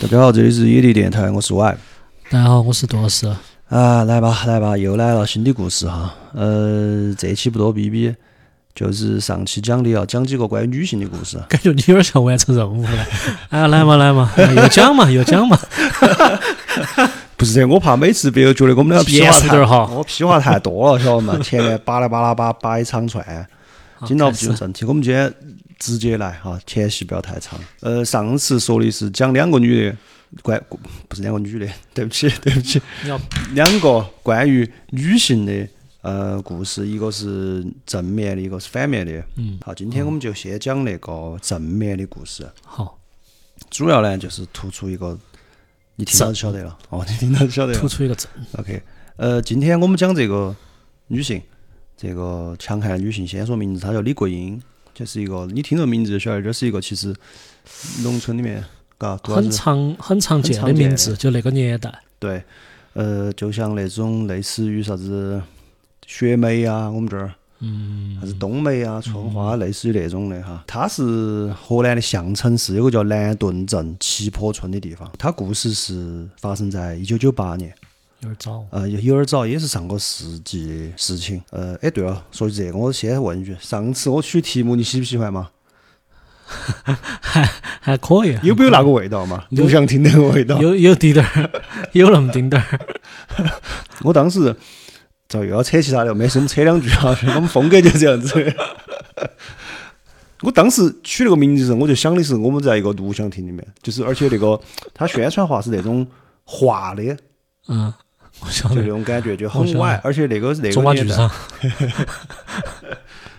大家好，这里是野地电台，我是 Y。大家好，我是杜老师。啊，来吧，来吧，又来了新的故事哈。呃，这期不多逼逼，就是上期讲的要啊讲几个关于女性的故事。感觉你有点像完成任务 了。哎，来嘛来嘛，哎有奖 嘛有奖嘛。不是的，我怕每次别个觉得我 们俩屁严话实点太儿哈我屁话太多了，晓 得嘛？前面巴拉巴拉巴巴一长串，今朝不进入正题，我们今天直接来哈，前戏不要太长。呃，上次说的是讲两个女的。关不是两个女的，对不起，对不起，你要两个关于女性的呃故事，一个是正面的，一个是反面的。嗯，好，今天我们就先讲那个正面的故事，好，主要呢就是突出一个，你听到就晓得了，哦， 你听到就晓得了突。出一个正。 OK，呃，今天我们讲这个女性，这个强悍女性，先说名字，她叫李桂英，这是一个你听这名字就晓得，这是一个其实农村里面，嘎，主要很是常很常见的名字，就那个年代。对，呃，就像那种类似于啥子雪梅啊，我们这儿。嗯啥子冬梅啊、春花，类似于那种的哈。它是河南的项城市，有个叫南顿镇七坡村的地方。它故事是发生在一九九八年，有点早。呃，有点早，也是上个世纪的事情。呃，哎，对了，说起这个，我先问一句，上次我取题目你喜不喜欢嘛？还可以，有没有那个味道嘛？有录像厅那个味道？有有滴点儿， 有那么丁点儿。我当时遭又要扯其他的，没事，我们扯两句啊， 我们风格就这样子。 我当时取那个名字的时候，我就想的是我们在一个录像厅里面，就是而且那个它宣传画是那种画 的，就嗯，我晓那得。种感觉就我很晓得歪，而且那个那中个华年剧代，场。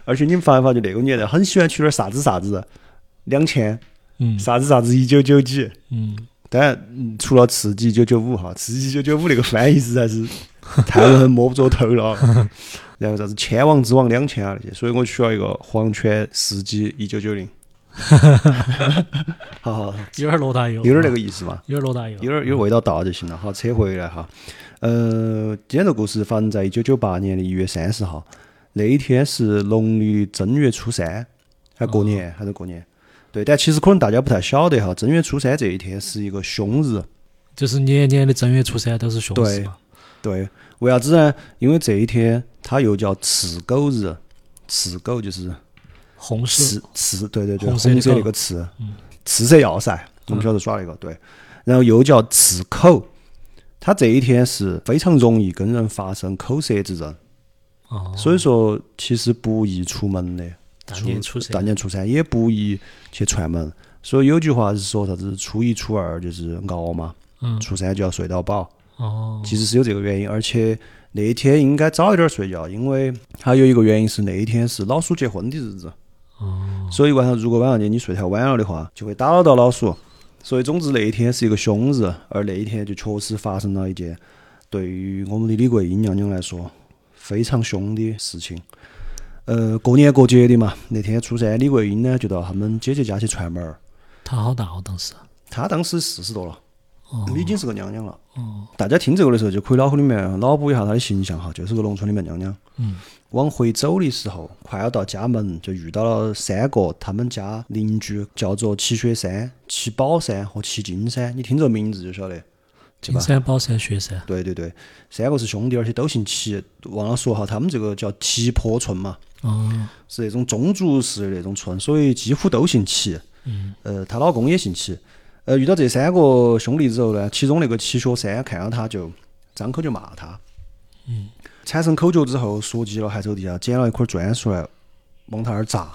而且你们发没发觉那个年代很喜欢取点啥子啥子两千嗯啥子啥子一九九几，嗯，当然嗯除了刺激一九九五哈，刺激一九九五那个翻译实在是太让人摸不着头了。然后啥子千王之王两千啊那些，所以我需要一个黄泉司机一九九零。 好好，好有点罗大佑。有点那个意思嘛，有点罗大佑。有点有点味道到就行了。好，扯回来哈，呃，今天这个故事发生在一九九八年的一月三十号，那一天是农历正月初三，还过年、还是过年。对，但其实可能大家不太晓得哈，正月初三这一天是一个凶日，就是年年的正月初三都是凶事对嘛。对，为啥子呢？因为这一天它又叫赤狗日，赤狗就是红事。赤赤，对对对，红红色的色那狗个赤嗯，赤色要塞，我们小时候耍那个，对。然后又叫赤口，它这一天是非常容易跟人发生口舌之争，哦。所以说其实不宜出门的，大年初三大。年初三也不宜去串门。所以有句话是说啥子初一初二就是熬嘛，嗯。初三就要睡到饱。哦。其实是有这个原因，而且那一天应该早一点睡觉，因为还有一个原因是那一天是老鼠结婚的日子，哦。所以晚上如果晚上你睡太晚了的话，就会打扰到老鼠。所以总之那一天是一个凶日，而那一天就确实发生了一件对于我们的李桂英娘娘来说非常凶的事情。呃，过年过节的嘛，那天初三，李桂英呢就到他们姐姐家去串门儿。他好大哦，当时。她当时四十多了，哦。已经是个娘娘了。哦。大家听这个的时候，就可以脑壳里面脑补一下她的形象哈，就是个农村里面娘娘。嗯。往回走的时候，快要到家门，就遇到了三个他们家邻居，叫做齐雪山、齐宝山和齐金山。你听这名字就晓得。对吧金山宝山雪山。对对对，三个是兄弟，而且都姓齐。忘了说哈，他们这个叫齐坡村嘛，哦。是那种宗族式的那种村，所以几乎都姓齐。嗯。呃，她老公也姓齐。呃，遇到这三个兄弟之后呢，其中那个齐雪山看到她就张口就骂她。嗯。产生口角之后，说急了还走地下啊捡了一块砖出来，往他那儿砸。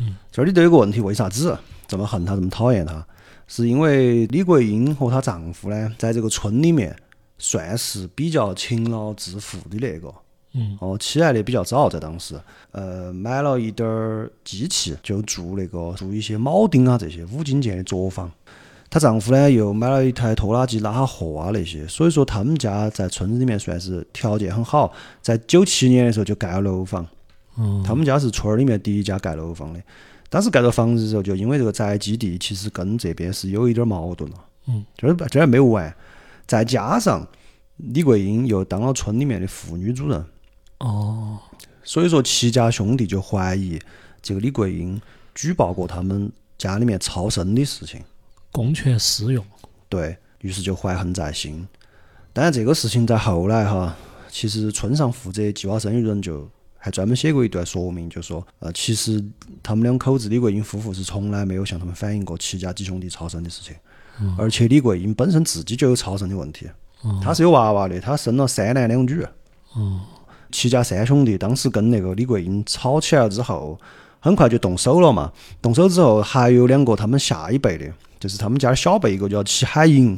嗯，这里都有个问题，为啥子这么恨他，这么讨厌他？是因为李桂英和她丈夫呢，在这个村里面算是比较勤劳致富的那个，嗯。哦，起来的比较早，在当时，呃，买了一点儿机器，就做那个做一些铆钉啊这些五金件的作坊。她丈夫呢又买了一台拖拉机拉货啊那些，所以说他们家在村子里面算是条件很好。在九七年的时候就盖了楼房，嗯。他们家是村儿里面第一家盖楼房的。当时盖到房子的时候，就因为这个宅基地其实跟这边是有一点矛盾了，嗯，就是这还没有完，再加上李桂英又当了村里面的妇女主任。哦，所以说，齐家兄弟就怀疑这个李桂英举报过他们家里面超生的事情。公权私用，对于是就怀恨在心。当然，这个事情在后来哈，其实村上负责计划生育人就还专门写过一段说明，就说呃，其实他们两口子李桂英夫妇是从来没有向他们反映过齐家几兄弟超生的事情，而且李桂英本身自己就有超生的问题，她是有娃娃的，她生了三男两女。齐家三兄弟当时跟那个李桂英吵起来之后，很快就动手了嘛。动手之后，还有两个他们下一辈的，就是他们家的小辈，一个叫齐海银，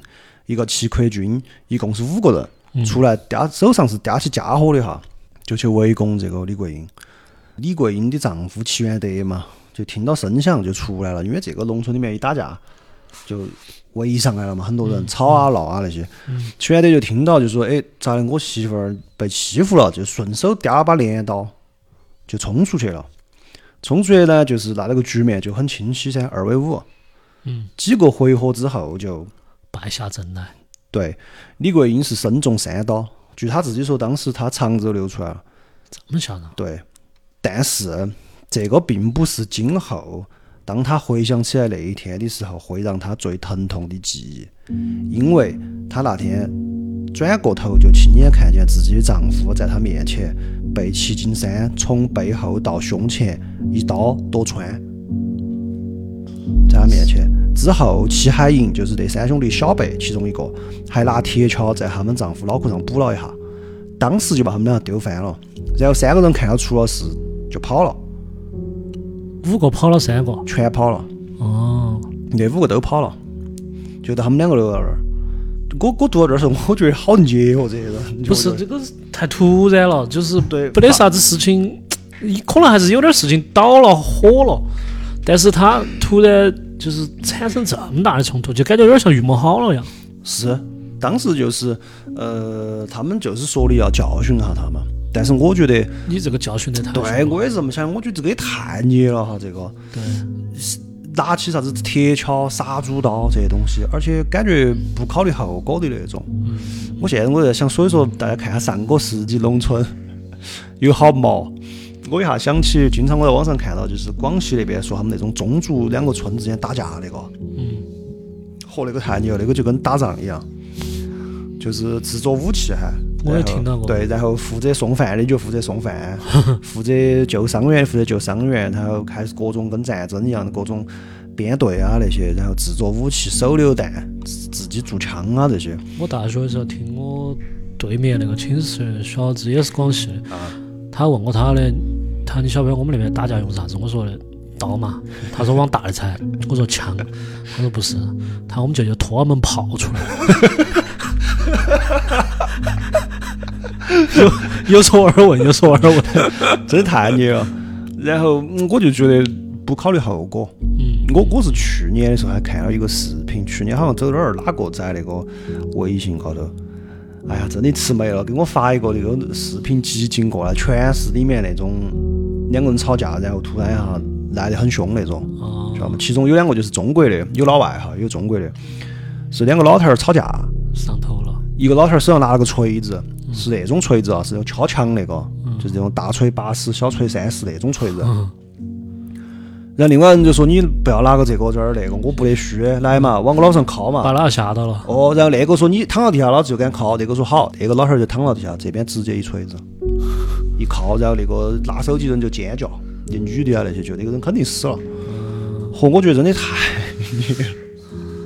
一个齐奎军，一共是五个人，出来嗲手上是嗲起家伙的哈，就去围攻这个李桂英。李桂英的丈夫齐元德嘛，就听到声响就出来了，因为这个农村里面一打架就围上来了嘛，很多人吵啊闹啊那些。齐元德就听到就说：“哎，咋的？我媳妇儿被欺负了，就顺手叼了把镰刀就冲出去了。冲出去呢，就是那那个局面就很清晰噻，二 v 五。嗯，几个回合之后就败下阵来。对李桂英是身中三刀，据她自己说，当时她肠子都流出来了。这么吓人？对，但是这个并不是今后当他回想起来那一天的时候会让他最疼痛的记忆，因为他那天转过头就亲眼看见自己的丈夫在她面前被齐金山从背后到胸前一刀夺穿，在她面前。之后，齐海银就是这三兄弟小辈其中一个，还拿铁锹在他们丈夫脑壳上补了一下，当时就把他们两个丢翻了。然后三个人看到出了事就跑了，五个跑了三个。全跑了，哦，那五个都跑了，就到他们两个留在那儿。我我读到这儿的时候，我觉得好捏哦，这些人不是就这个是太突然了，就是对没得啥子事情，可能还是有点事情倒了火了，但是他突然就是产生这么大的冲突，就感觉有点像预谋好了一样。是当时就是呃，他们就是说的要教训一下他们，但是我觉得你这个教训得太对深了我也是这么想，我觉得这个也太捏了哈，这个对，拿起啥子铁锹、杀猪刀这些东西，而且感觉不考虑后果的那种。我现在我在想，所以说大家看下上个世纪农村有好毛。我一下想起，经常我在网上看到，就是广西那边说他们那种宗族两个村之间打架那个，嗯，嚯，那个太牛，那个就跟打仗一样，就是制作武器还。我也然后听到过对，然后负责送饭的就负责送 饭，负责救伤员负责救伤员，然后开始各种跟战争一样的各种编队啊那些，然后制作武器、手榴弹、自自己做枪啊这些。我大学的时候听我对面那个寝室小子也是广西的，啊他问我他的，他你晓不晓得我们那边打架用啥子？我说的 刀嘛，他说往大的踩，我说枪，他说不是，他我们就就拖他们炮出 来。有有所耳闻，有所耳 闻。真的太牛了。然后嗯我就觉得不考虑后果。嗯，我我是去年的时候还看了一个视频，去年好像走哪儿哪个在那个微信高头，哎呀，真的吃没了，给我发一个那个视频集锦过来，全是里面那种两个人吵架，然后突然一下来得很凶那种。哦，晓得吗？其中有两个就是中国的，有老外哈，有中国的，是两个老头儿吵架，上头了。一个老头儿手上拿了个锤子，是那种锤子啊，是那种敲墙那个，就是这种大锤八十，小锤三十那种锤子。嗯然后另外人就说你不要拿个这个这儿那个，我不得虚，来嘛，往我脑上敲嘛把。哪个吓到了？哦，然后那个说你躺到地下，老子就敢敲。那个说好，那个老头儿就躺到地下，这边直接一锤子，一敲，然后那个拿手机人就尖叫，那女的啊那些就那个人肯定死了。嚯，我觉得真的太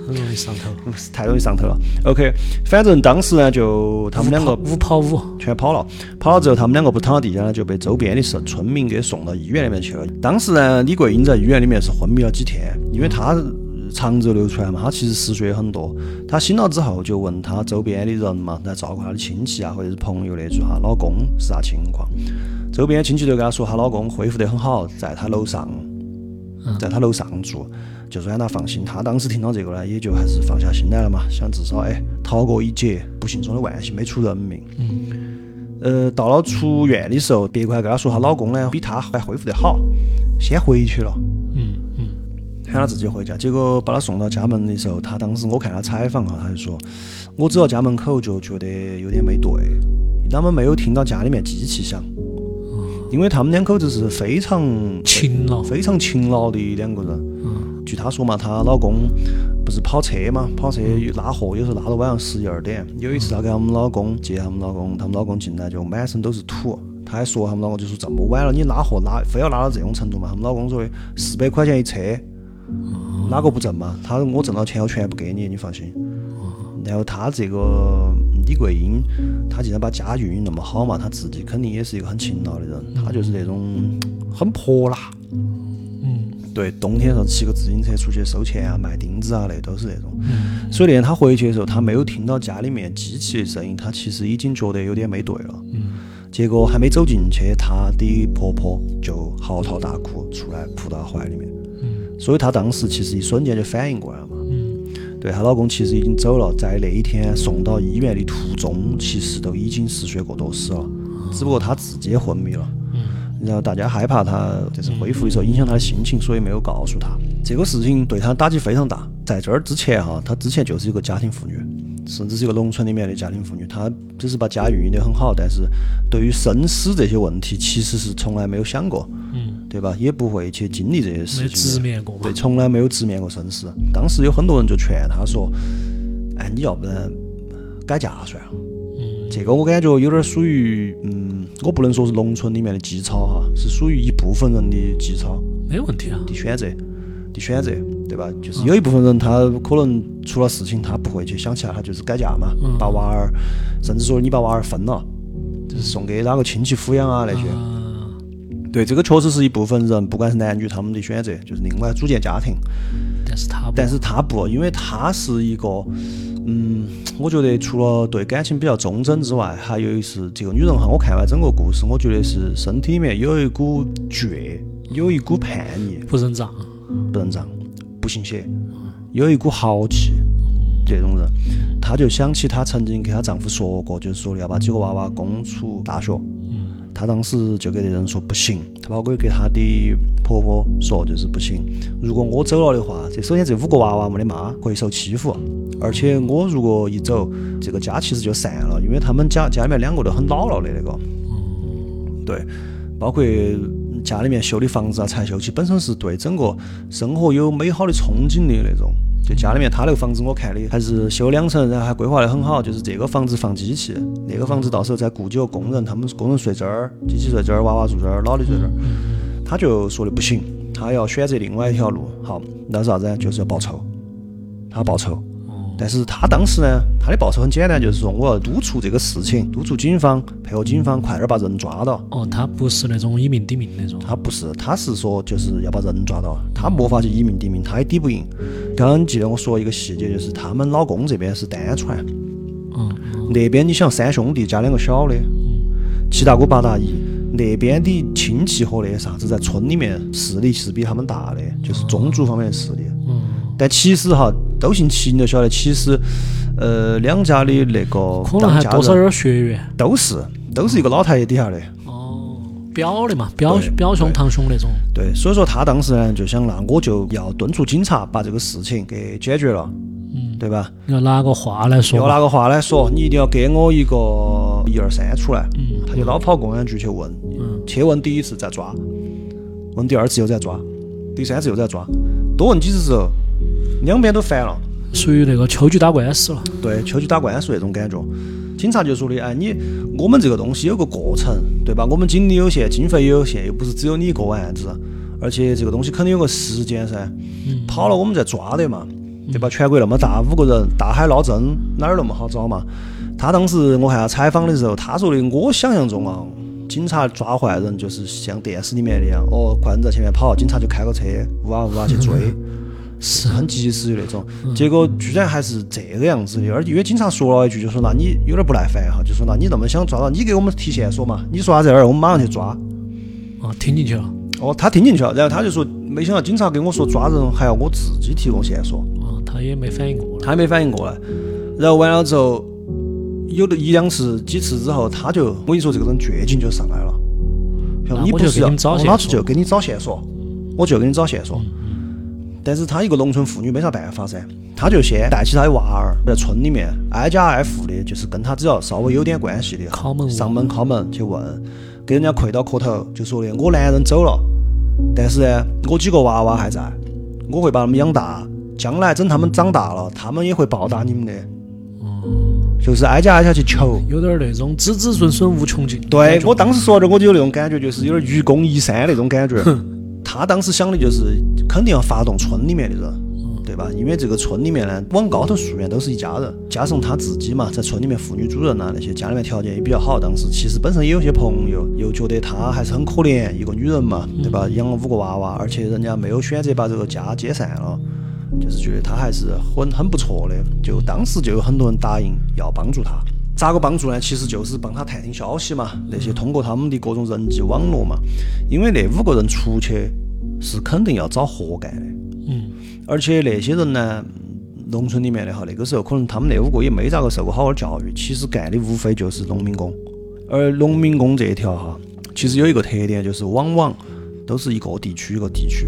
很容易上头。太容易上头了。OK，反正当时呢就他们两个五跑五，全跑了。跑了之后，他们两个不躺到地下呢，就被周边的村村民给送到医院里面去了。当时呢，李桂英在医院里面是昏迷了几天，因为她呃肠子流出来嘛，她其实失血很多。她醒了之后就问她周边的人嘛，在照顾她的亲戚啊，或者是朋友那说她老公是啥情况。周边的亲戚都跟她说，她老公恢复得很好，在她楼上，在她楼上住。就说让她放心，她当时听到这个呢，也就还是放下心来了嘛，想至少哎逃过一劫，不幸中的万幸，没出人命。呃，到了出院的时候，别个还跟她说，她老公呢比她还恢复得好，先回去了，嗯嗯，喊她自己回家。结果把她送到家门的时候，她当时我看她采访哈，她就说，我走到家门口就觉得有点没对，他们没有听到家里面机器响，因为他们两口子是非常轻了。非常勤劳的两个人，据她说嘛，她老公不是跑车嘛，跑车有拉货，有时候拉到晚上十一二点。有一次她跟他们老公接他们老公，他们老公进来就满身都是土。她还说他们老公就说这么晚了，你拉货拉非要拉到这种程度嘛？他们老公说的四百块钱一车，哪个不挣嘛？他说我挣到钱我全部给你，你放心。然后她这个李桂英，她既然把家运营那么好嘛，她自己肯定也是一个很勤劳的人，她就是那种很泼辣。嗯对，冬天的时候骑个自行车出去收钱啊、卖钉子啊，那都是那种。嗯所以那天她回去的时候，她没有听到家里面机器的声音，她其实已经觉得有点没对了。嗯结果还没走进去，她的婆婆就嚎啕大哭出来，扑到她怀里面。嗯所以她当时其实一瞬间就反应过来了嘛。嗯对她老公其实已经走了，在那一天送到医院的途中，其实都已经失血过多死了，只不过她自己也昏迷了。嗯然后大家害怕她就是恢复的时候影响她的心情，所以没有告诉她。这个事情对她打击非常大。在这儿之前哈，她之前就是一个家庭妇女，甚至是一个农村里面的家庭妇女。她只是把家运营得很好，但是对于生死这些问题，其实是从来没有想过，嗯，对吧？也不会去经历这些没事情直的。面过嘛对，，从来没有直面过生死。当时有很多人就劝她说：“哎，你要不然改嫁算了。”嗯这个我感觉有点属于，嗯，我不能说是农村里面的基操哈，是属于一部分人的基操没问题啊，的选择的选择，对吧？就是有一部分人他可能出了事情，他不会去想起来，他就是改嫁嘛，嗯把娃儿，甚至说你把娃儿分了，就是送给哪个亲戚抚养啊那些。啊对，这个确实是一部分人，不管是男女，他们的选择就是另外组建家庭。但是他不但是他不，因为他是一个，嗯，我觉得除了对感情比较忠贞之外，还有一是这个女人哈，我看完整个故事，我觉得是身体里面有一股倔，有一股叛逆，不认账，不认账，不信邪，有一股豪气，这种人，她就想起她曾经给她丈夫说过，就是说要把几个娃娃供出大学。嗯她当时就给那人说不行，她包括给她的婆婆说就是不行。如果我走了的话，这首先这五个娃娃没得妈，会受欺负，而且我如果一走，这个家其实就散了，因为他们家家里面两个都很老了的那个，对，包括家里面修的房子啊、才修起，本身是对整个生活有美好的憧憬的那种。就家里面他那个房子，我看的还是修两层，然后还规划得很好，就是这个房子放机器，那个房子到时候再雇几个工人，他们工人睡这儿，机器睡这儿，娃娃住这儿，老的睡这儿。他就说的不行，他要选择另外一条路。好，那是啥子呢？就是要报仇，他报仇。但是他当时呢，他的报仇很简单，就是说我要督促这个事情，督促警方配合警方快点把人抓到。哦，他不是那种以命抵命那种，他不是，他是说就是要把人抓到，他没法去以命抵命，他也抵不赢。刚刚记得我说一个细节，就是他们老公这边是单传，嗯那边你想三兄弟加两个小的，嗯七大姑八大姨，那边的亲戚和那啥子在村里面势力是比他们大的，就是宗族方面的势力。嗯，但其实哈，都姓齐，你就晓得，其实，呃，两家的那个可能当还家多少有人点血缘，都是都是一个老太爷底下的。哦，表的嘛，表对表兄堂兄那种，对，所以说他当时呢就想，那我就要敦促警察把这个事情给解决了，嗯，对吧？要拿个话来说要吧，拿个话来说，你一定要给我一个一二三出来。嗯他就老跑公安局去问，嗯去问第一次再抓，问第二次又再抓，第三次又再抓，多问几次之后，两边都烦了。属于那个秋菊打官司了，对，秋菊打官司那种感觉。警察就说的，哎，你我们这个东西有个过程，对吧？我们精力有限，经费也有限，又不是只有你一个案子，而且这个东西肯定有个时间噻。嗯跑了我们再抓的嘛，对吧？全国那么大，五个人大海捞针，哪儿那么好找嘛？他当时我看他采访的时候，他说的，我想象中啊，警察抓坏人就是像电视里面那样，哦，坏人在前面跑，警察就开个车，呜啊呜啊去追。是很及时的那种，结果居然还是这个样子的，而且因为警察说了一句，就说那你有点不耐烦哈，就说那你那么想抓到，你给我们提线索嘛，你说啥在那儿，我们马上去抓。啊，听进去了，哦，他听进去了，然后他就说，没想到警察跟我说抓人还要我自己提供线索，啊，他也没反应过来，他还没反应过来。然后完了之后，有的一两次、几次之后，他就我跟你说，这个人倔劲就上来了。像那你我不啊就是给要，你找我线老子索就给你找线索，我就给你找线索。嗯但是她一个农村妇女没啥办法噻，她就先带起她的娃儿在村里面挨家挨户的，就是跟她只要稍微有点关系的，敲门上门敲门去问，给人家跪到磕头，就说的我男人走了，但是呢，我几个娃娃还在，我会把他们养大，将来等他们长大了，他们也会报答你们的。就是挨家挨家去求。有点儿那种子子孙孙无穷尽。对我当时说的，我就有那种感觉，就是有点愚公移山那种感觉。他当时想的就是肯定要发动村里面的人，对吧？因为这个村里面呢，往高头溯源都是一家人，加上他自己嘛，在村里面妇女主任呐、那些，家里面条件也比较好。当时其实本身也有些朋友，又觉得她还是很可怜，一个女人嘛，对吧？养了五个娃娃，而且人家没有选择把这个家解散了。就是觉得他还是很很不错的，就当时就有很多人答应要帮助他。咋个帮助呢？其实就是帮他探听消息嘛，那些通过他们的各种人际网络嘛。因为那五个人出去是肯定要找活干的，嗯，而且那些人呢，农村里面的哈，那个时候可能他们那五个也没咋个受过好好教育，其实干的无非就是农民工。而农民工这一条哈，其实有一个特点，就是往往都是一个地区一个地区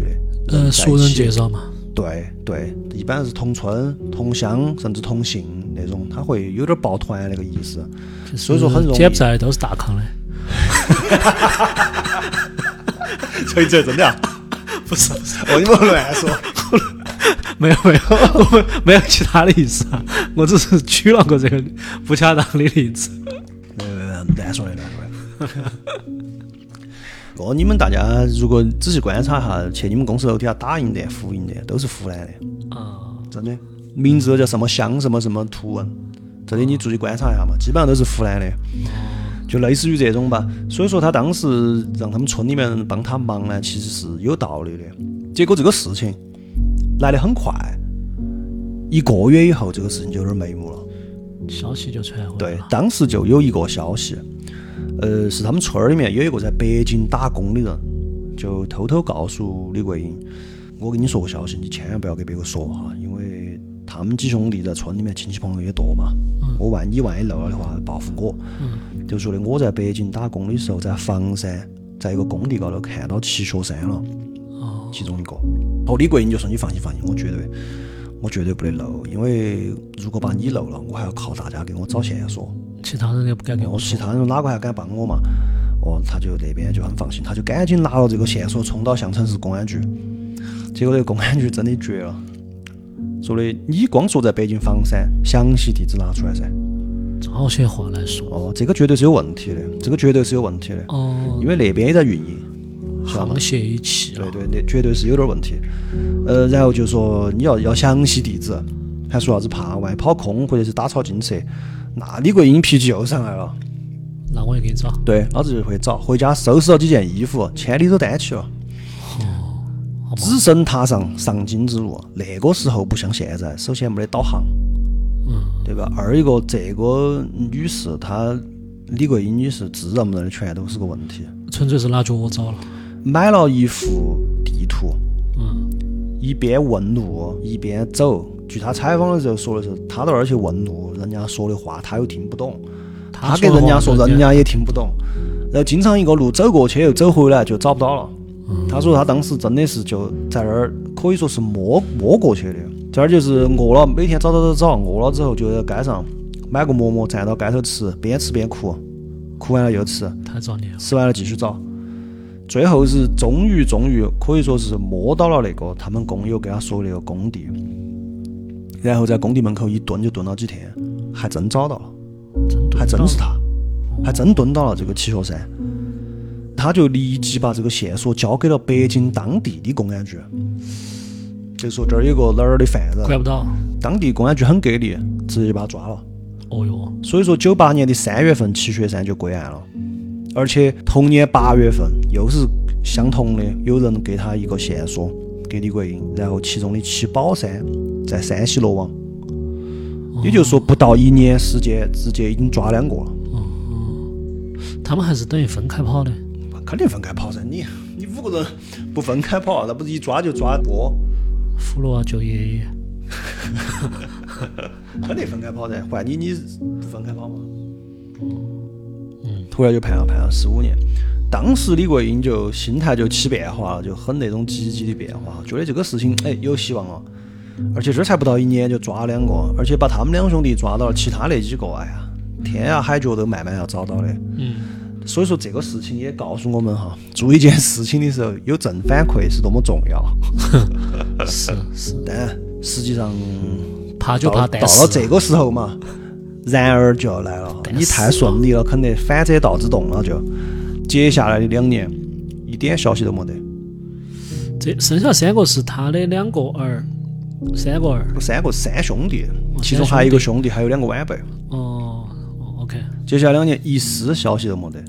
的呃，在熟一人起介绍嘛，对对，一般是同村、同乡甚至同姓那种，他会有点抱团啊那个意思。所以说很容易柬埔寨都是大康的，所以这真的、啊？不是不是，哦，你们乱说。没有没有， 我们没有其他的意思啊，我只是举了个这个不恰当的例子。没有没有没有，乱说的乱说的。 哦，你们大家如果仔细观察一下，去你们公司楼底下打印的、复印的，都是湖南的，啊，真的。名字都叫什么乡什么什么图文，这里你注意观察一下嘛，基本上都是湖南的。就类似于这种吧。所以说他当时让他们村里面人帮他忙呢，其实是有道理的。结果这个事情来得很快，一个月以后，这个事情就有点眉目了。消息就传回来对了，。当时就有一个消息，呃，是他们村儿里面有一个在北京打工的人，就偷偷告诉李桂英，我跟你说个消息，你千万不要给别个说哈，因为他们几兄弟在村里面亲戚朋友也多嘛，我万一万一漏了的话，报复我。就说的我在北京打工的时候，在房山，在一个工地高头看到齐学山了，哦，其中一个。然后李桂英就说：“你放心，放心，我绝对，我绝对不得漏，因为如果把你漏了，我还要靠大家给我找线索。”其他人也不敢跟我我其说。他人哪个还敢帮我嘛？哦，他就那边就很放心，他就赶紧拿了这个线索冲到相城市公安局。结果这个公安局真的绝了，说的你光说在北京房山，详细地址拿出来噻。找些话来说。哦，这个绝对是有问题的，这个绝对是有问题的，哦，因为那边也在运营，知道吗沆瀣一啊气了对。对，那绝对是有点问题。呃，然后就说你要要详细地址，还说啥子怕万一跑空或者是打草惊蛇，那李桂英脾气又上来了。那我也给你找。对，老子就会找，回家收拾了几件衣服，千里走单骑了，哦好嘛，只身踏上上京之路。那个时候不像现在，首先没得导航，嗯，对吧？二一个，这个女士她李桂英女士自认不认的全都是个问题。纯粹是拿脚找了。买了一副地图，嗯，一边问路一边走。据她采访的时候说的是，她到那儿去问路，人家说的话她又听不懂，她给说的人家话说，人家也听不懂，然后经常一个路走过去又走回来就找不到了。嗯他说他当时真的是就在那儿，可以说是摸摸过去的，这儿就是饿了，每天找找找找，饿了之后就在街上买个馍馍，站到街头吃，边吃边哭，哭完了又吃，太造孽了。吃完了继续找，最后是终于终于可以说是摸到了那个他们工友给他说的那个工地，然后在工地门口一蹲就蹲了几天，还真找到了。真对还真是他，还真蹲到了这个齐学山。他就立即把这个线索交给了北京当地的公安局，就说这儿有个哪儿的犯人，管不到。当地公安局很给力，直接就把他抓了。哦哟，所以说，九八年的三月份，齐学山就归案了，而且同年八月份又是相同的，有人给他一个线索，给李桂英，然后其中的七宝山在山西罗网，也就是说，不到一年时间，直接已经抓两个了。他们还是等于分开跑的。肯定分开跑噻，你你五个人不分开跑，那不是一抓就抓多，俘虏啊，救爷爷。肯定分开跑噻。换你你不分开跑吗？嗯，突然就判了判了十五年。当时李桂英就心态就起变化了，就很那种积极的变化，觉得这个事情哎有希望了。而且这儿才不到一年就抓两个，而且把他们两兄弟抓到了，其他那几个哎呀，天涯海角都慢慢要找到的。嗯，所以说这个事情也告诉我们哈，做一件事情的时候有正反馈是多么重要。 是是，但实际上怕就到到怕但了是这个时候嘛，然而就要来了，但你太是顺利了，肯定反车道之动了就。接下来的两年，一点消息都没得，这生下三个是他的两个儿，三个儿，三个三兄弟，哦其中还有一个兄弟，还有两个晚辈。哦哦，OK，接下来两年一丝消息都没得，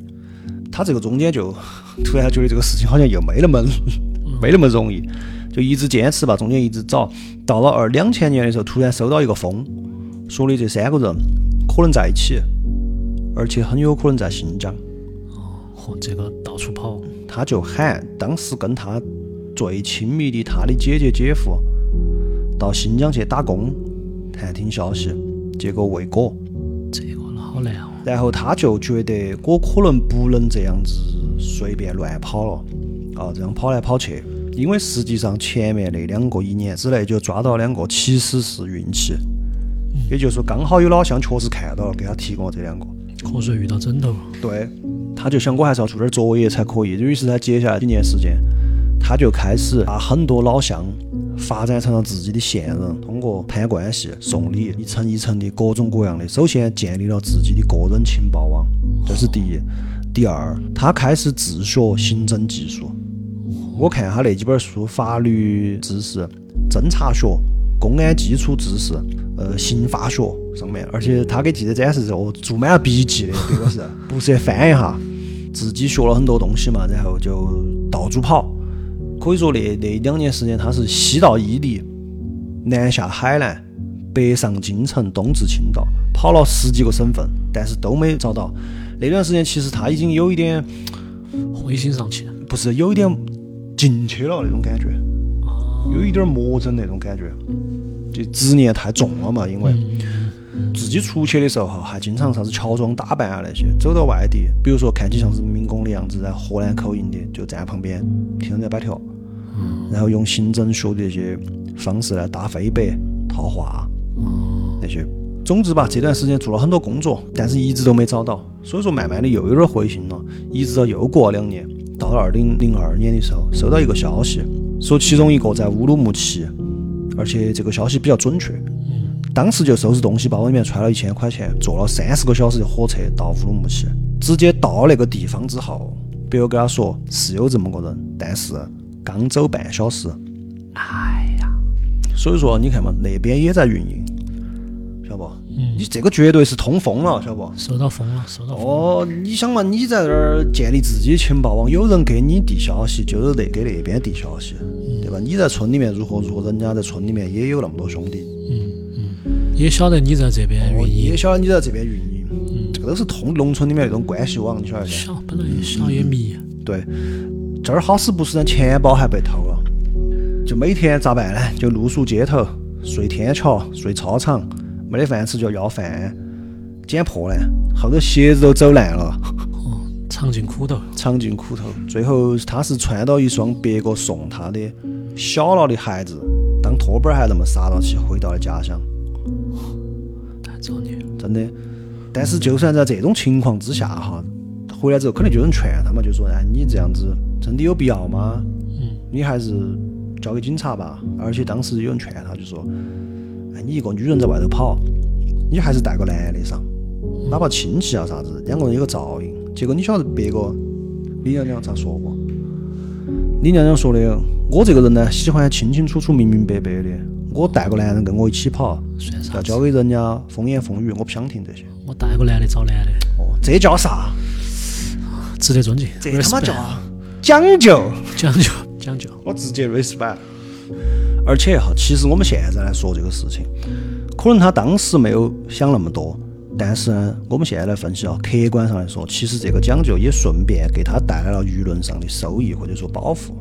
他这个中间就 突然觉得这个事情好像又没那么嗯没那么容易，就一直坚持吧，中间一直找，到了二两千年的时候，突然收到一个风，说的这三个人可能在一起，而且很有可能在新疆。嚯，这个到处跑，他就喊当时跟他最亲密的他的姐姐姐夫到新疆去打工，探听消息，结果未果。这个好难哦，然后他就觉得我可能不能这样子随便乱跑了，啊，这样跑来跑去，因为实际上前面那两个一年之内就抓到两个，其实是运气，也就是说刚好有老乡确实看到了，给他提供了这两个。瞌睡遇到枕头，对，他就想我还是要做点作业才可以。于是他接下来几年时间，他就开始把很多老乡发展成了自己的线人，通过攀关系、送礼，一层一层的各种各样的。首先建立了自己的个人情报网，这是第一。第二，他开始自学刑侦技术。我看他那几本书，法律知识、侦查学、公安基础知识、呃刑法学上面，而且他给记者展示之后哦做满了笔记的，这个是不是翻一下，自己学了很多东西嘛，然后就到处跑，可以说那那两年时间，他是西到伊犁，南下海南，北上京城，东至青岛，跑了十几个省份，但是都没找到。那段时间其实他已经有一点，灰心丧气，不是有一点进去了那种感觉，有一点魔怔那种感觉，就执念太重了嘛。因为自己出去的时候哈，还经常啥子乔装打扮啊那些，走到外地，比如说看起像是民工的样子，然后河南口音的，就站旁边听人家摆条，然后用刑侦学的一些方式来搭飞白、套话那些。总之吧，这段时间做了很多工作，但是一直都没找到，所以说慢慢的又有点灰心了。一直到又过了两年，到了二零零二年的时候，收到一个消息，说其中一个在乌鲁木齐，而且这个消息比较准确。嗯当时就收拾东西，包里面揣了一千块钱，坐了三十个小时的火车到乌鲁木齐。直接到那个地方之后，别个跟他说是有这么个人，但是刚走半小时，哎呀，所以说你看嘛，那边也在运营，晓得不？你这个绝对是通风了，晓得不？收到风了，收到风，哦，你想嘛，你在这儿建立自己的情报网，有人给你递消息，就是那给那边递消息，对吧？你在村里面如何如何，人家在村里面也有那么多兄弟，也晓得你在这边哦，运营，也晓得你在这边运营，这个都是通农村里面那种关系网，你晓得噻？小本来也小也迷，对，这儿好死不死人钱包还被偷了，就每天咋办呢？就露宿街头，睡天桥，睡操场，没得饭吃就要饭，捡破烂，后头鞋子都走烂了。哦，尝尽苦头，尝尽苦头。最后，他是穿到一双别个送他的小了的鞋子，当拖板鞋那么撒到起，回到了家乡。太造孽了，真的。但是，就算在这种情况之下哈，回来之后肯定就有人劝他嘛，就说：“哎，你这样子真的有必要吗？你还是交给警察吧。”而且当时有人劝他，就说：“哎，你一个女人在外头跑，你还是带个男的上，哪怕亲戚啊啥子，两个人有个照应。”结果你晓得别个李娘娘咋说不？李娘娘说的：“我这个人呢，喜欢清清楚楚、明明白白的。我带个男人跟我一起跑，算啥要子？交给人家风言风语，我不想听这些。我带个男的找男的，哦，这叫啥？值得尊敬，这他妈 respect 叫啊讲究！讲究讲究，我直接 respect。而且哈，其实我们现在来说这个事情，可能他当时没有想那么多，但是呢，我们现在来分析啊，客观上来说，其实这个讲究也顺便给他带来了舆论上的收益或者说保护，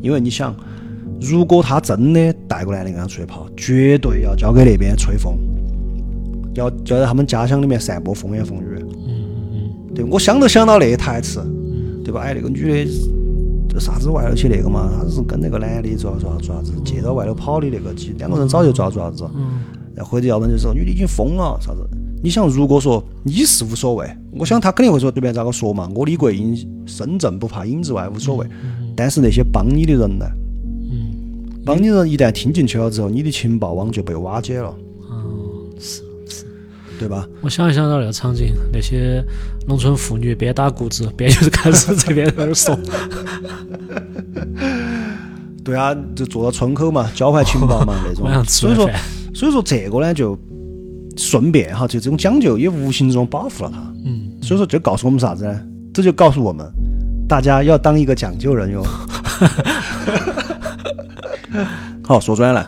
因为你想，如果他真的带过来的跟他吹泡，绝对要交给那边吹风，要要在他们家乡里面散播风言风语。对，我想都想到那一台词，对吧？哎，那个女的，这啥子外头去那个嘛，啥子跟那个男的抓抓抓子，借到外头跑的那个，其实两个人早就抓抓子。然后或者要不然就是说女的已经疯了，啥子？你想，如果说你是无所谓，我想他肯定会说随便咋个说嘛。我李桂英身正不怕影子歪，无所谓。但是那些帮你的人呢？帮你人一旦听进去了之后，你的情报网就被瓦解了，嗯，是。对吧？我想一想到那个场景，那些农村妇女边打谷子 边就是开始这边在那 儿说，对啊，就做到窗口嘛，交换情报嘛那种晚上。吃所以完说，饭，所以说这个呢，就顺便哈，就这种讲究也无形中保护了他。嗯，所以说，就告诉我们啥子呢？这就告诉我们，大家要当一个讲究人 哟。好，说转来，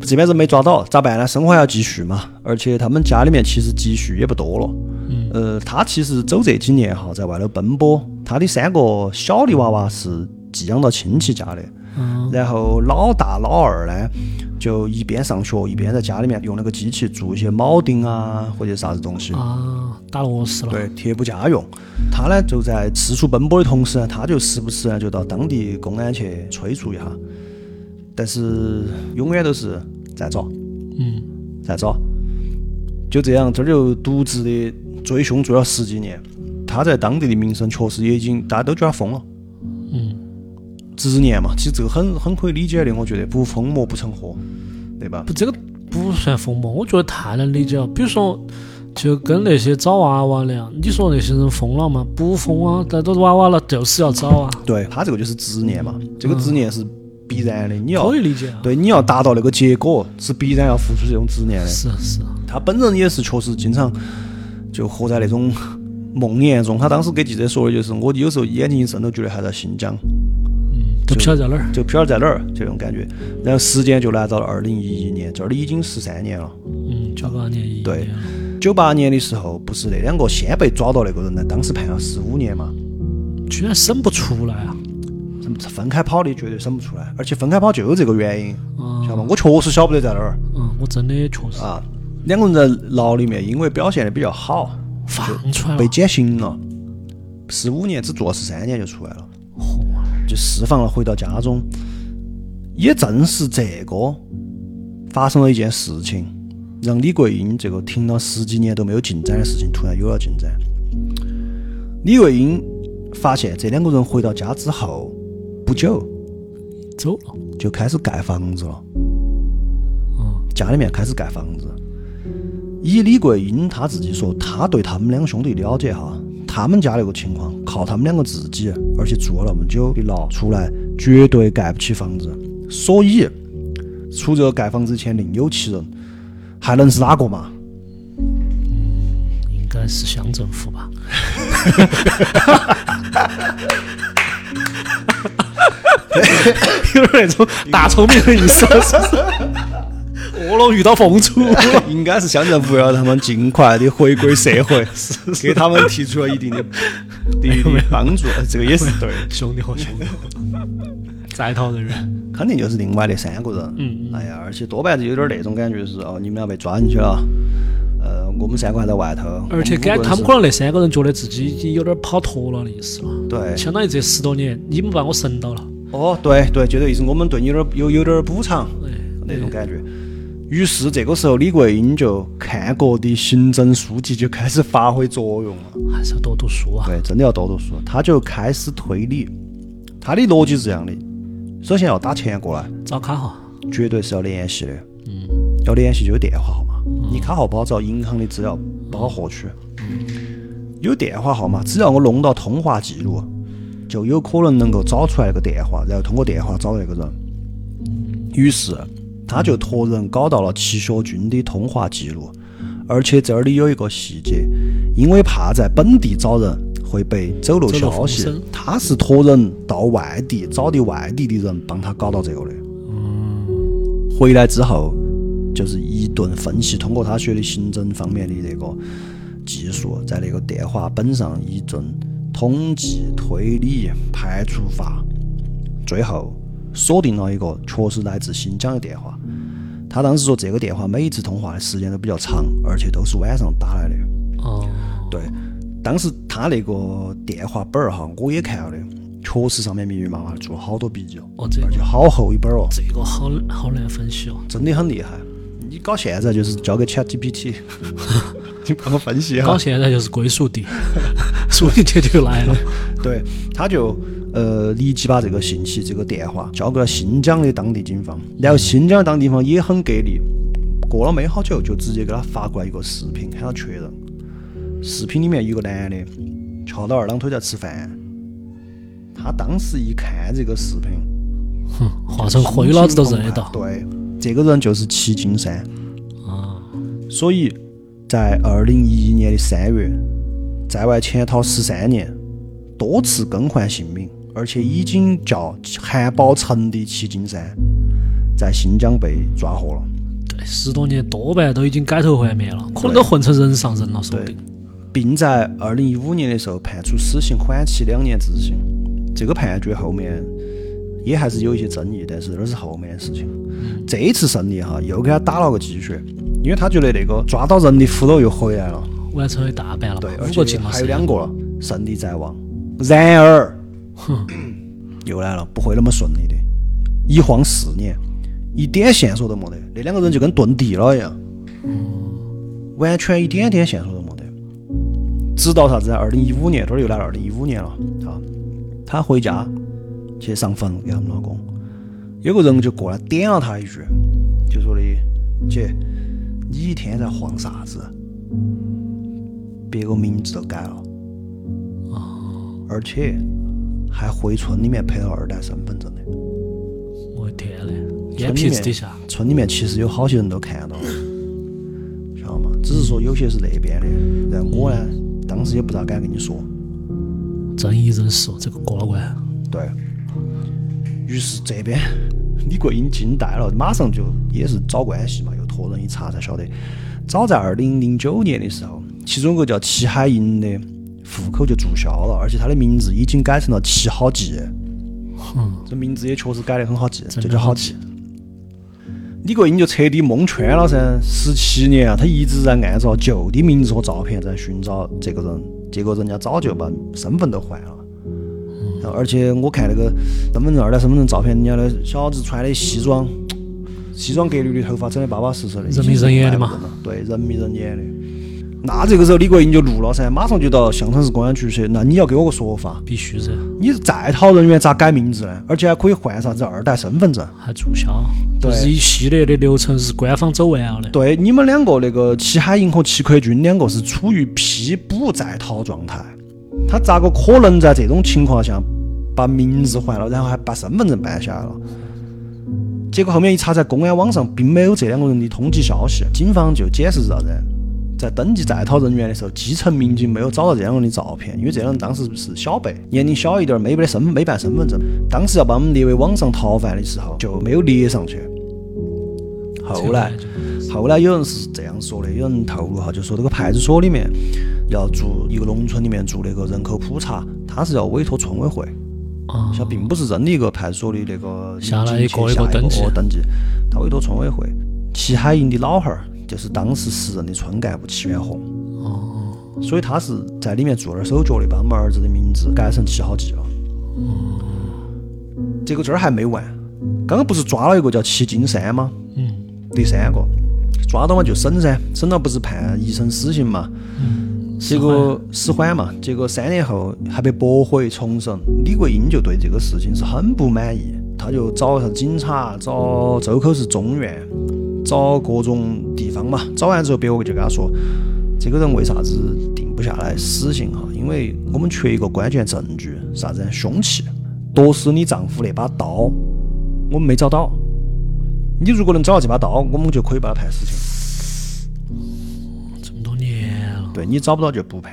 这边人没抓到，咋办呢？生活还要继续嘛。而且他们家里面其实积蓄也不多了。嗯，呃，他其实走这几年哈，在外头奔波，他的三个小的娃娃是寄养到亲戚家的。嗯，然后老大、老二呢，就一边上学一边在家里面用那个机器做一些铆钉啊或者啥子东西。啊，打螺丝了，对，贴补家用。他呢就在四处奔波的同时呢，他就时不时呢就到当地公安去催促一下，但是永远都是在找，嗯，在找。就这样，这儿就独自的追凶追了十几年，他在当地的名声确实也已经大家都觉得他疯了，嗯，执念嘛。其实这个很很可以理解的，我觉得不疯魔不成活，对吧？不，这个不算疯魔，我觉得太能理解啊了。比如说，就跟那些找娃娃那样，你说那些人疯了吗？不疯啊，但都是娃娃了，就是要找啊，对他这个就是执念嘛，这嗯个执念是必然的，你要可以理解啊，对你要达到那个结果，是必然要付出这种执念的。是是，他本人也是确实经常就活在那种梦魇中。他当时给记者说的就是，我有时候眼睛一睁都觉得还在新疆，嗯，都不晓得在哪儿，就飘儿在哪儿这种感觉。然后时间就来到了二零一一年，这儿已经十三年了。嗯，九八年一对年了，九八年的时候，不是那两个先被抓到那个人呢，当时判了十五年嘛，居然审不出来啊，分开跑的绝对审不出来，而且分开跑就有这个原因，嗯晓得吗？我确实晓不得在哪儿嗯，我真的确实啊。两个人在牢里面，因为表现的比较好，放出来了被，减刑了，十五年只坐十三年就出来了。嚯就释放了，回到家中。也正是这个，发生了一件事情，让李桂英这个停了十几年都没有进展的事情，突然有了进展。李桂英发现这两个人回到家之后不久，走了，就开始盖房子了。嗯家里面开始盖房子。以李桂英她自己说，她对他们两兄弟了解哈，他们家那个情况，靠他们两个自己，而且坐了那么久的牢出来，绝对盖不起房子。所以，出这个盖房子前另有其人，还能是哪个嘛？应该是乡政府吧， 有点那种大聪明的意思，是不是？卧龙遇到凤雏， 应该是乡政府要让他们尽快的回归社 会，给他们提出了一定的的帮助，呃这个也是对的。兄弟伙，兄 弟伙，在逃人员，肯定就是另外那三个人。嗯，哎呀，而且多半是有点那种感觉是哦，你们要被抓进去了，呃，我们三个还在外头，而且感他们可能那三个人觉得自己已经有点跑脱了的意思了，对，相当于这十多年你们把我神到了，哦，对对，就这意思，我们对你有点有有点补偿哎，那种感觉。于是这个时候，李桂英就看过的行政书籍就开始发挥作用了。还是要多读书啊，对，真的要多读书。他就开始推理，他的逻辑是这样的：首先要打钱过来，找卡号，绝对是要联系的。要联系就有电话号码，你卡号不好找，银行的资料不好获取。有电话号码，只要我弄到通话记录，就有可能能够找出来那个电话，然后通过电话找那个人。于是他就托人搞到了齐学军的通话记录，而且这里有一个细节，因为怕在本地找人会被走漏走漏消风息声，他是托人到外地找的外地的人帮他搞到这个的。回来之后，就是一顿分析，通过他学的行政方面的这个技术，在那个电话本上一阵统计、推理、排除法，最后锁定了一个确实来自新疆的电话。他当时说，这个电话每一次通话的时间都比较长，而且都是晚上打来的。哦，对，当时他那个电话本儿哈，我也看了的，确实上面密密麻麻地做了好多笔记哦，哦这个而且好厚一本儿哦。这个好好难分析哦。真的很厉害。你搞现在就是交给 ChatGPT，你帮我分析搞哈。现在就是归属地，属地这就来了。对，他就呃，立即把这个信息、这个电话交给了新疆的当地警方，然后新疆当地方也很给力，过了没好久就直接给他发过来一个视频，喊他确认。视频里面有个男的翘着二郎腿在吃饭，他当时一看这个视频，啊哼，化成灰老子都认得到对，这个人就是齐金山。啊！所以在二零一一年的三月，在外潜逃十三年，多次更换姓名，而且已经叫韩宝成的齐金山，在新疆被抓获了。对，十多年多半都已经改头换面了，可能都混成人上人了，说不定。并在二零一五年的时候判处死刑缓期两年执行。这个判决后面也还是有一些争议，但是那是后面的事情。这一次胜利哈，又给他打了个鸡血，因为他觉得那个抓到人的俘虏又回来了。完成了一大半了吧对，？而五个且进了还有三，两个了，胜利在望。然而，又来了，不会那么顺利的。一晃四年，一点线索都没得，那两个人就跟遁地了一样，完全一点点线索都没得。直到啥子？啊二零一五年，这儿又来了二零一五年了啊！他回家去上坟给他们老公，有个人就过来点了他一句，就说的：“姐，你一天在晃啥子？”别个名字都改了，而且还回村里面配了二代身份证的。我的天嘞，村眼里皮面子底下，村里面其实有好些人都看到了，晓得吗？只是说有些是那边的，然后我呢，当时也不咋敢跟你说。正义人士这个过了关，对，于是这边李桂英惊呆了，马上就也是找关系嘛，又托人一查才晓得，早在二零零九年的时候，其中一个叫齐海英的户口就注销了，而且他的名字已经改成了齐好记。哼，这名字也确实改得很好记，这的就好好记。李桂英就彻底蒙圈了噻，十七年啊，她一直在按照旧的名字和照片在寻找这个人，结果人家早就把身份都换了。嗯然后而且我看那个身份证二代身份证照片，人家那小伙子穿的西装，西装革履的，头发整得巴巴适适的，人迷人眼的嘛已经是外国人了，对，人迷人眼的。那这个时候李桂英就怒了噻，马上就到象山市公安局去，那你要给我个说法，必须噻，你在逃人员咋改名字呢？而且还可以换啥子二代身份证？还注销，对就是一系列的流程是官方啊走完了的，对，你们两个那个齐海英和齐奎军两个是处于批捕在逃状态，他咋个可能在这种情况下把名字换了，然后还把身份证办下来了？结果后面一查，在公安网上并没有这两个人的通缉消息，警方就解释是啥子？在登记在逃人员的时候，基层民警没有找到这两个人的照片，因为这两个人当时是小辈，年龄小一点儿，没得身没办身份证，当时要把我们列为网上逃犯的时候就没有列上去。后来这个后来有人是这样说的，有人透露哈，就说这个派出所里面要做一个农村里面做那个人口普查，他是要委托村委会，啊，像并不是真的一个派出所的那个下来民一警个去一下个登记哦登记，他委托村委会。齐海英的老汉儿就是当时时任的村干部齐元红，哦，所以他是在里面做点手脚的，把我们儿子的名字改成齐好记了。结果这儿还没完，刚刚不是抓了一个叫齐金山吗？嗯，第三个抓到嘛就审噻，审了不是判一审死刑嘛，结果死缓嘛，结果三年后还被驳回重审。李桂英就对这个事情是很不满意，她就找啥警察，找周口市中院，找各种地方嘛，找完之后别个就跟他说，这个人为啥子定不下来死刑哈？因为我们缺一个关键证据，啥子呢？凶器，夺死你丈夫那把刀，我们没找到。你如果能找到这把刀，我们就可以把他判死刑。这么多年了，对你找不到就不判。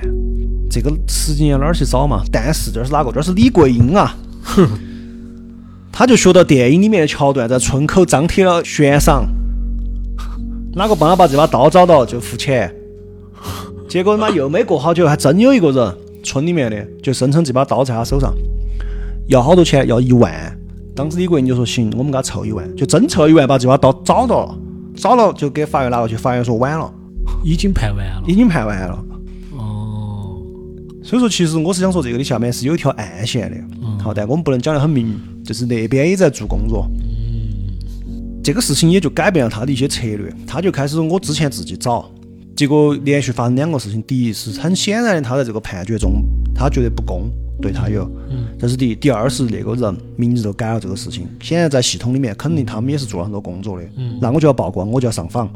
这个时间要哪儿去找嘛？但是这是哪个？这是李桂英啊！ 他就学到电影里面的桥段，在村口张贴了悬赏，哪个帮他把这把刀找到就付钱。结果他妈又没过好久，还真有一个人，村里面的就声称这把刀在他手上，要好多钱，要一万。当时李桂英就说：“行，我们给他凑一万，就真凑一万，把这把刀找到了，找到就给法院拿过去。法院说晚了，已经判完了，已经判完了。”哦，所以说，其实我是想说，这个的下面是有一条暗线嗯的，好，但我们不能讲得很明，就是那边也在做工作。嗯这个事情也就改变了他的一些策略，他就开始我之前自己找，结果连续发生两个事情。第一是很显然的，他在这个判决中他觉得不公，对他有。嗯，这是第一。第二是那个人名字都改了这个事情，显然在系统里面肯定他们也是做了很多工作的。嗯，那我就要曝光，我就要上访。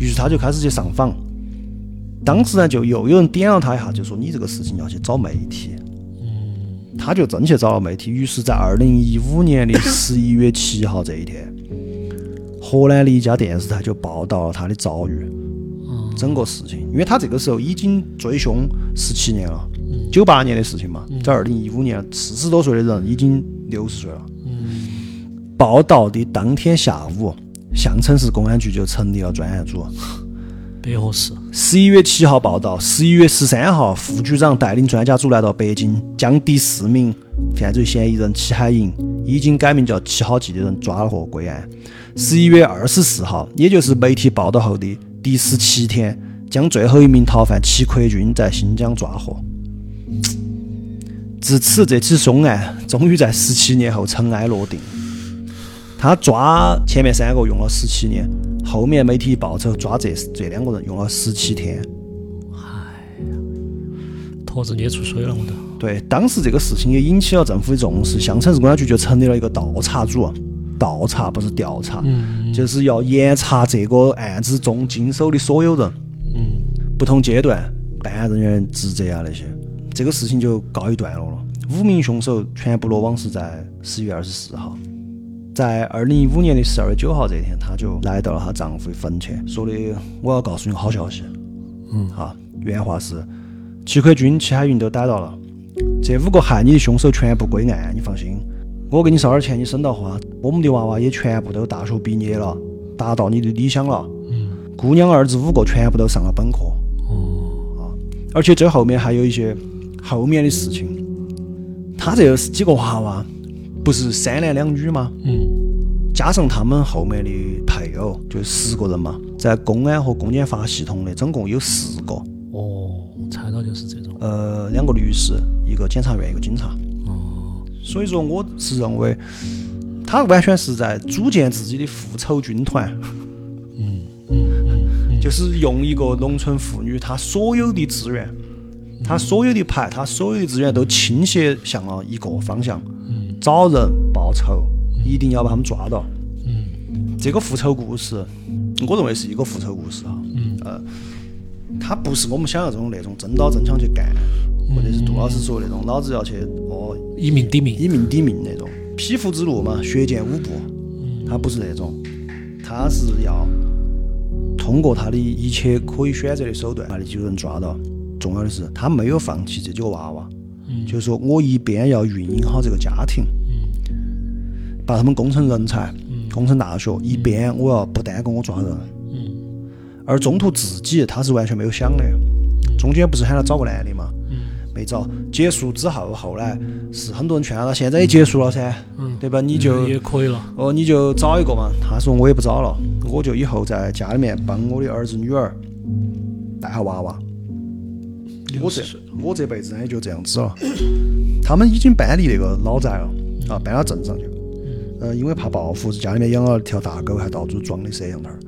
于是他就开始去上访。当时呢，就又有人点了他一下，就说你这个事情要去找媒体。他就真去找了媒体。于是，在二零一五年的十一月七号这一天，荷兰的一家电视台就报道了他的遭遇，整个事情。因为他这个时候已经追凶十七年了，九八年的事情嘛，在二零一五年，四十多岁的人已经六十岁了。报道的当天下午，相城市公安局就成立了专案组。白合适。十一月七号报道，十一月十三号，副局长带领专家组来到北京，将第四名犯罪嫌疑人齐海银，已经改名叫齐好记的人抓获归案。十一月二十四号，也就是媒体报道后的第十七天，将最后一名逃犯齐奎军在新疆抓获。至此，这起凶案终于在十七年后尘埃落定。他抓前面三个用了十七年，后面媒体一报仇抓这这两个人用了十七天。坨子捏出水了，我都。对，当时这个事情也引起了政府的重视，相城市公安局就成立了一个倒查组，啊倒查不是调查，嗯就是要严查这个案子中经手的所有人，嗯，不同阶段办案人员职责啊那些，这个事情就告一段落了。五名凶手全部落网是在十一月二十四号，在二零一五年的十二月九号这一天，她就来到了她丈夫的坟前，说的我要告诉你个好消息。嗯，啊，原话是：齐奎军、齐海云都逮到了，这五个害你的凶手全部归案，你放心。我给你烧点钱，你升到花，我们的娃娃也全部都大学毕业了，达到你的理想了。嗯，姑娘儿子五个全部都上了本科。啊而且这后面还有一些后面的事情。他这几个娃娃不是三男两女吗？嗯，加上他们后面的配偶，就十个人嘛，在公安和公检法系统内总共有四个，哦，我猜到就是这种。呃，两个律师，一个检察院，一个警察。所以说，我是认为他完全是在组建自己的复仇军团。嗯就是用一个农村妇女，她所有的资源，她所有的牌，她所有的资源都倾斜向了一个方向，找人报仇，一定要把他们抓到。嗯这个复仇故事，我认为是一个复仇故事哈。嗯。呃，它不是我们想象中那种真刀真枪去干，或者是杜老师说的那种老子要去哦以命抵命。以命抵命那种。匹夫之路嘛，血溅五步，他不是那种，他是要通过他的一切可以选择的手段把那几个人抓到。重要的是，他没有放弃这几个娃娃，就是说我一边要运营好这个家庭，把他们供成人才，供成大学，一边我要不耽搁我抓人。嗯而中途自己他是完全没有想的，嗯中间不是喊他找个男的嘛，没找。结束之后，后来是很多人劝他，现在也结束了噻，嗯，对吧？你就也可以了。哦，你就找一个嘛。他说我也不找了，我就以后在家里面帮我的儿子女儿带下娃娃。我这我这辈子呢也就这样子了。哦他们已经搬离那个老宅了，啊，搬到镇上去。呃，因为怕报复，家里面养了条大狗，还到处装的摄像头儿。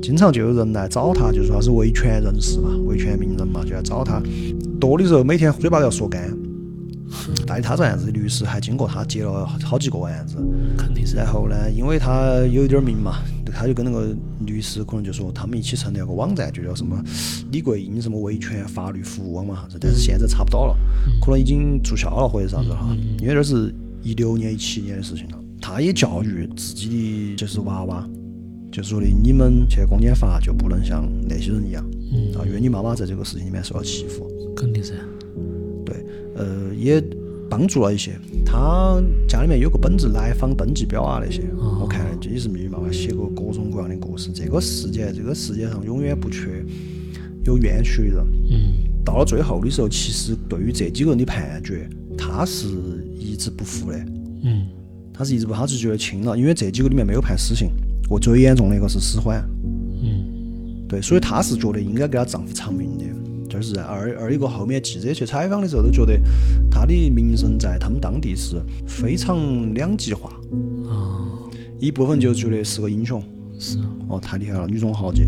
经常就有人来找他，就说他是维权人士嘛，维权名人嘛，就来找他。多的时候每天嘴巴都要说干。但他这案子的律师还经过他接了好几个案子，肯定是。然后呢，因为他有点名嘛，他就跟那个律师可能就说他们一起成立了个网站，就叫什么李桂英什么维权法律服务网嘛啥子，但是现在查不到了，可能已经注销了或者啥子了哈，因为这是一六年一七年的事情了。他也教育自己的就是娃娃，就说的你们去公检法就不能像那些人一样，啊，因为你妈妈在这个事情里面受到欺负。肯定噻。对，呃，也帮助了一些。他家里面有个本子来访登记表啊那些，我看了也是密密麻麻啊写过各种各样的故事。这个世界，这个世界上永远不缺有冤屈的人。嗯到了最后的时候，其实对于这几个人的判决，他是一直不服的，嗯他是一直不，他是觉得轻了，因为这几个里面没有判死刑，我最严重的一个是死缓。嗯对，所以她是觉得应该给她丈夫偿命的。就是在二二一个后面记者去采访的时候，都觉得她的名声在他们当地是非常两极化，啊，一部分就觉得是个英雄，是啊哦，太厉害了，女中豪杰；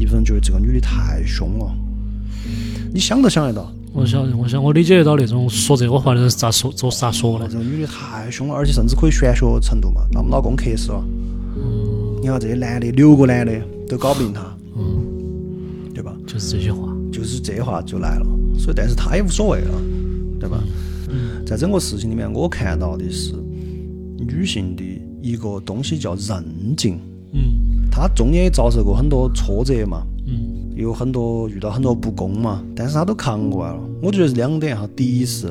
一部分觉得这个女的太凶了。你想都想得到，我想，我想我理解得到那种说这个话的人是咋说，做咋说哦的。这个女的太凶了，而且甚至可以玄学程度嘛，把我们老公克死了。你看这些男的，六个男的都搞不定她，嗯，对吧？就是这些话。就是这话就来了，所以但是他也无所谓了，对吧？在整个事情里面，我看到的是女性的一个东西叫韧劲，嗯她中间也遭受过很多挫折嘛，嗯有很多遇到很多不公嘛，但是她都扛过来了。我觉得是两点哈，第一是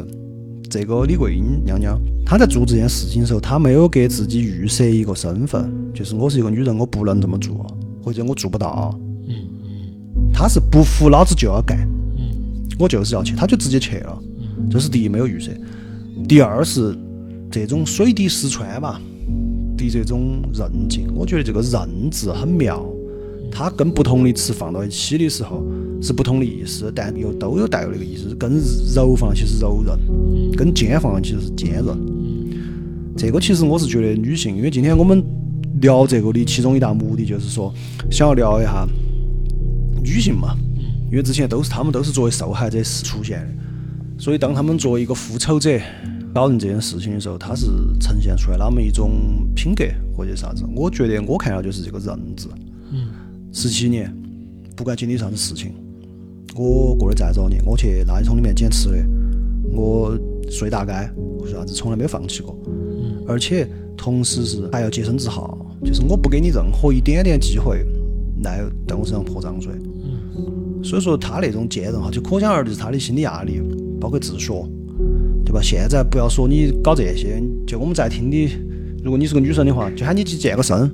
这个李桂英娘娘，她在做这件事情的时候，她没有给自己预设一个身份，就是我是一个女人，我不能这么做，或者我做不到，嗯嗯她是不服老子就要干。嗯我就是要去，他就直接去了。这是第一，没有预设；第二是这种水滴石穿嘛的这种韧劲，我觉得这个“韧”字很妙，它跟不同的词放到一起的时候是不同的意思，但又都有带有那个意思。跟柔放到一起是柔韧，跟坚放到一起是坚韧。这个其实我是觉得女性，因为今天我们聊这个的其中一大目的就是说，想要聊一下女性嘛，因为之前都是她们都是作为受害者出现的，所以当她们作为一个复仇者搞人这件事情的时候，她是呈现出来那么一种品格或者啥子。我觉得我看到就是这个人字。嗯十七年，不管经历啥子事情，我过得再糟孽，我去垃圾桶里面捡吃的，我睡大街或者啥子，从来没有放弃过。而且同时是还要洁身自好，就是我不给你任何一点点机会来在我身上泼脏水。所以说他那种坚韧哈，就可想而知他的心理压力，包括自学，对吧？现在不要说你搞这些，就我们在听的，如果你是个女生的话，就喊你去健个身，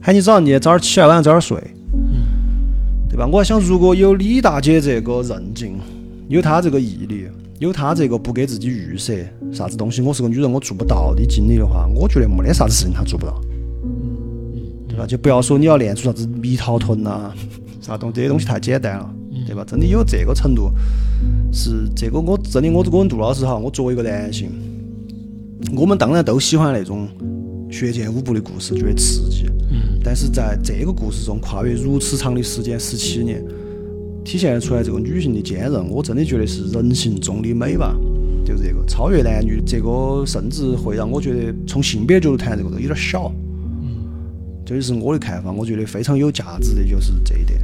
喊你早上你早点起来，晚上早点睡，对吧？我还想，如果有李大姐这个韧劲，有她这个毅力，有她这个不给自己预设啥子东西，我是个女人，我做不到的经历的话，我觉得没得啥子事情她做不到，对吧？就不要说你要练出啥子蜜桃臀呐、 啥东这些东西太简单了，对吧？真的有这个程度，是这个我真的我我跟杜老师哈，我作为一个男性，我们当然都喜欢那种学剑舞步的故事，觉得刺激。但是在这个故事中跨越如此长的时间，十七年，体现出来这个女性的坚韧，我真的觉得是人性中的美吧。就是这个超越男女，这个甚至会让我觉得从性别角度谈这个都有点小。这就是我的看法，我觉得非常有价值的就是这一点。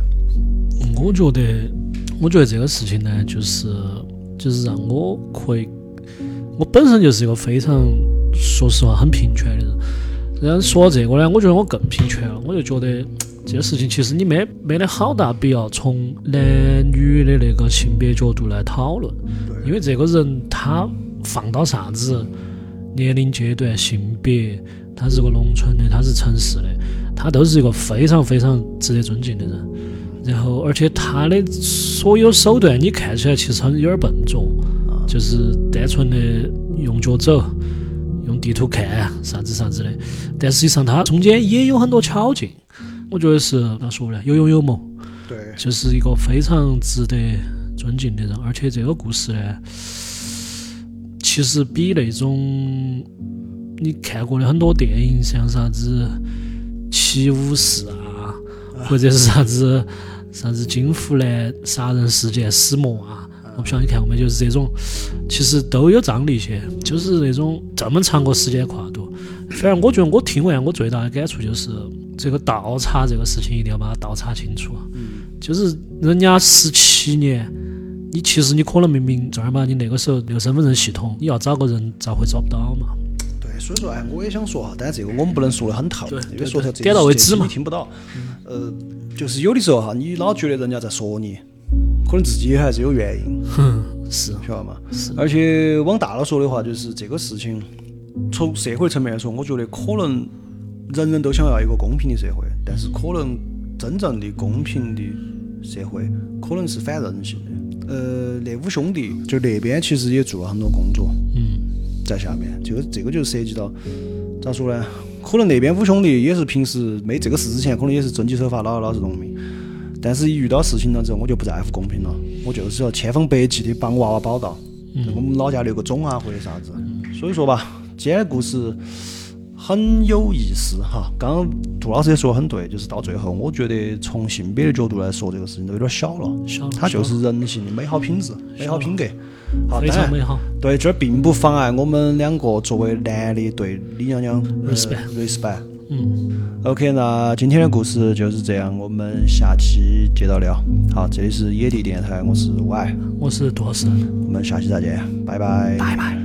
嗯，我觉得，我觉得这个事情呢，就是就是让我可以，我本身就是一个非常说实话很平权的人。然后说到这个呢，我觉得我更平权了，我就觉得这个事情其实你没没得好大必要从男女的那个性别角度来讨论，因为这个人他放到啥子年龄阶段、性别，他是个农村的，他是城市的，他都是一个非常非常值得尊敬的人。然后，而且他的所有手段，你看起来其实很有点笨拙，就是单纯的用脚走，用地图看啊啥子啥子的。但实际上，他中间也有很多巧劲，我觉得是咋说呢？有勇有谋，对，就是一个非常值得尊敬的人。而且这个故事呢，其实比那种你看过的很多电影，像啥子《七武士》啊，或者是啥子啥子金湖南杀人事件、始末啊，我不晓得你看过没？就是这种，其实都有张力些，就是那种这么长个时间跨度。反正我觉得我听完我最大的感触就是，这个倒查这个事情一定要把它倒查清楚。就是人家十七年，你其实你可能明明正儿八经那个时候那个身份证系统，你要找个人咋会找不到嘛？对，所以说哎，我也想说哈，但是这个我们不能说得很透对，因为对说对透这点到为止这嘛你听不到。呃，就是有的时候哈，你老觉得人家在说你，可能自己还是有原因。哼，是，晓得吗？而且往大了说的话，就是这个事情，从社会层面来说，我觉得可能人人都想要一个公平的社会，但是可能真正的公平的社会，可能是反人性的。呃，那五兄弟就那边其实也做了很多工作，嗯在下面，这个这个就涉及到咋说呢？可能那边五兄弟也是平时没这个事之前，可能也是遵纪守法，老老实农民。但是，一遇到事情了之后，我就不在乎公平了，我就是要千方百计的帮娃娃保嗯到，我们老家留个种啊，或者啥子。所以说吧，今天的故事很有意思哈。刚刚杜老师也说得很对，就是到最后，我觉得从性别的角度来说，这个事情都有点小了。小它就是人性的美好品质、美好品格。好，嗯非当常然美好。对，这儿并不妨碍我们两个作为男的对李娘娘呃 Respect respect。嗯， OK，那今天的故事就是这样，我们下期接着聊。好，这里是野地电台，我是 Y，我是杜老师。我们下期再见，拜拜，拜拜。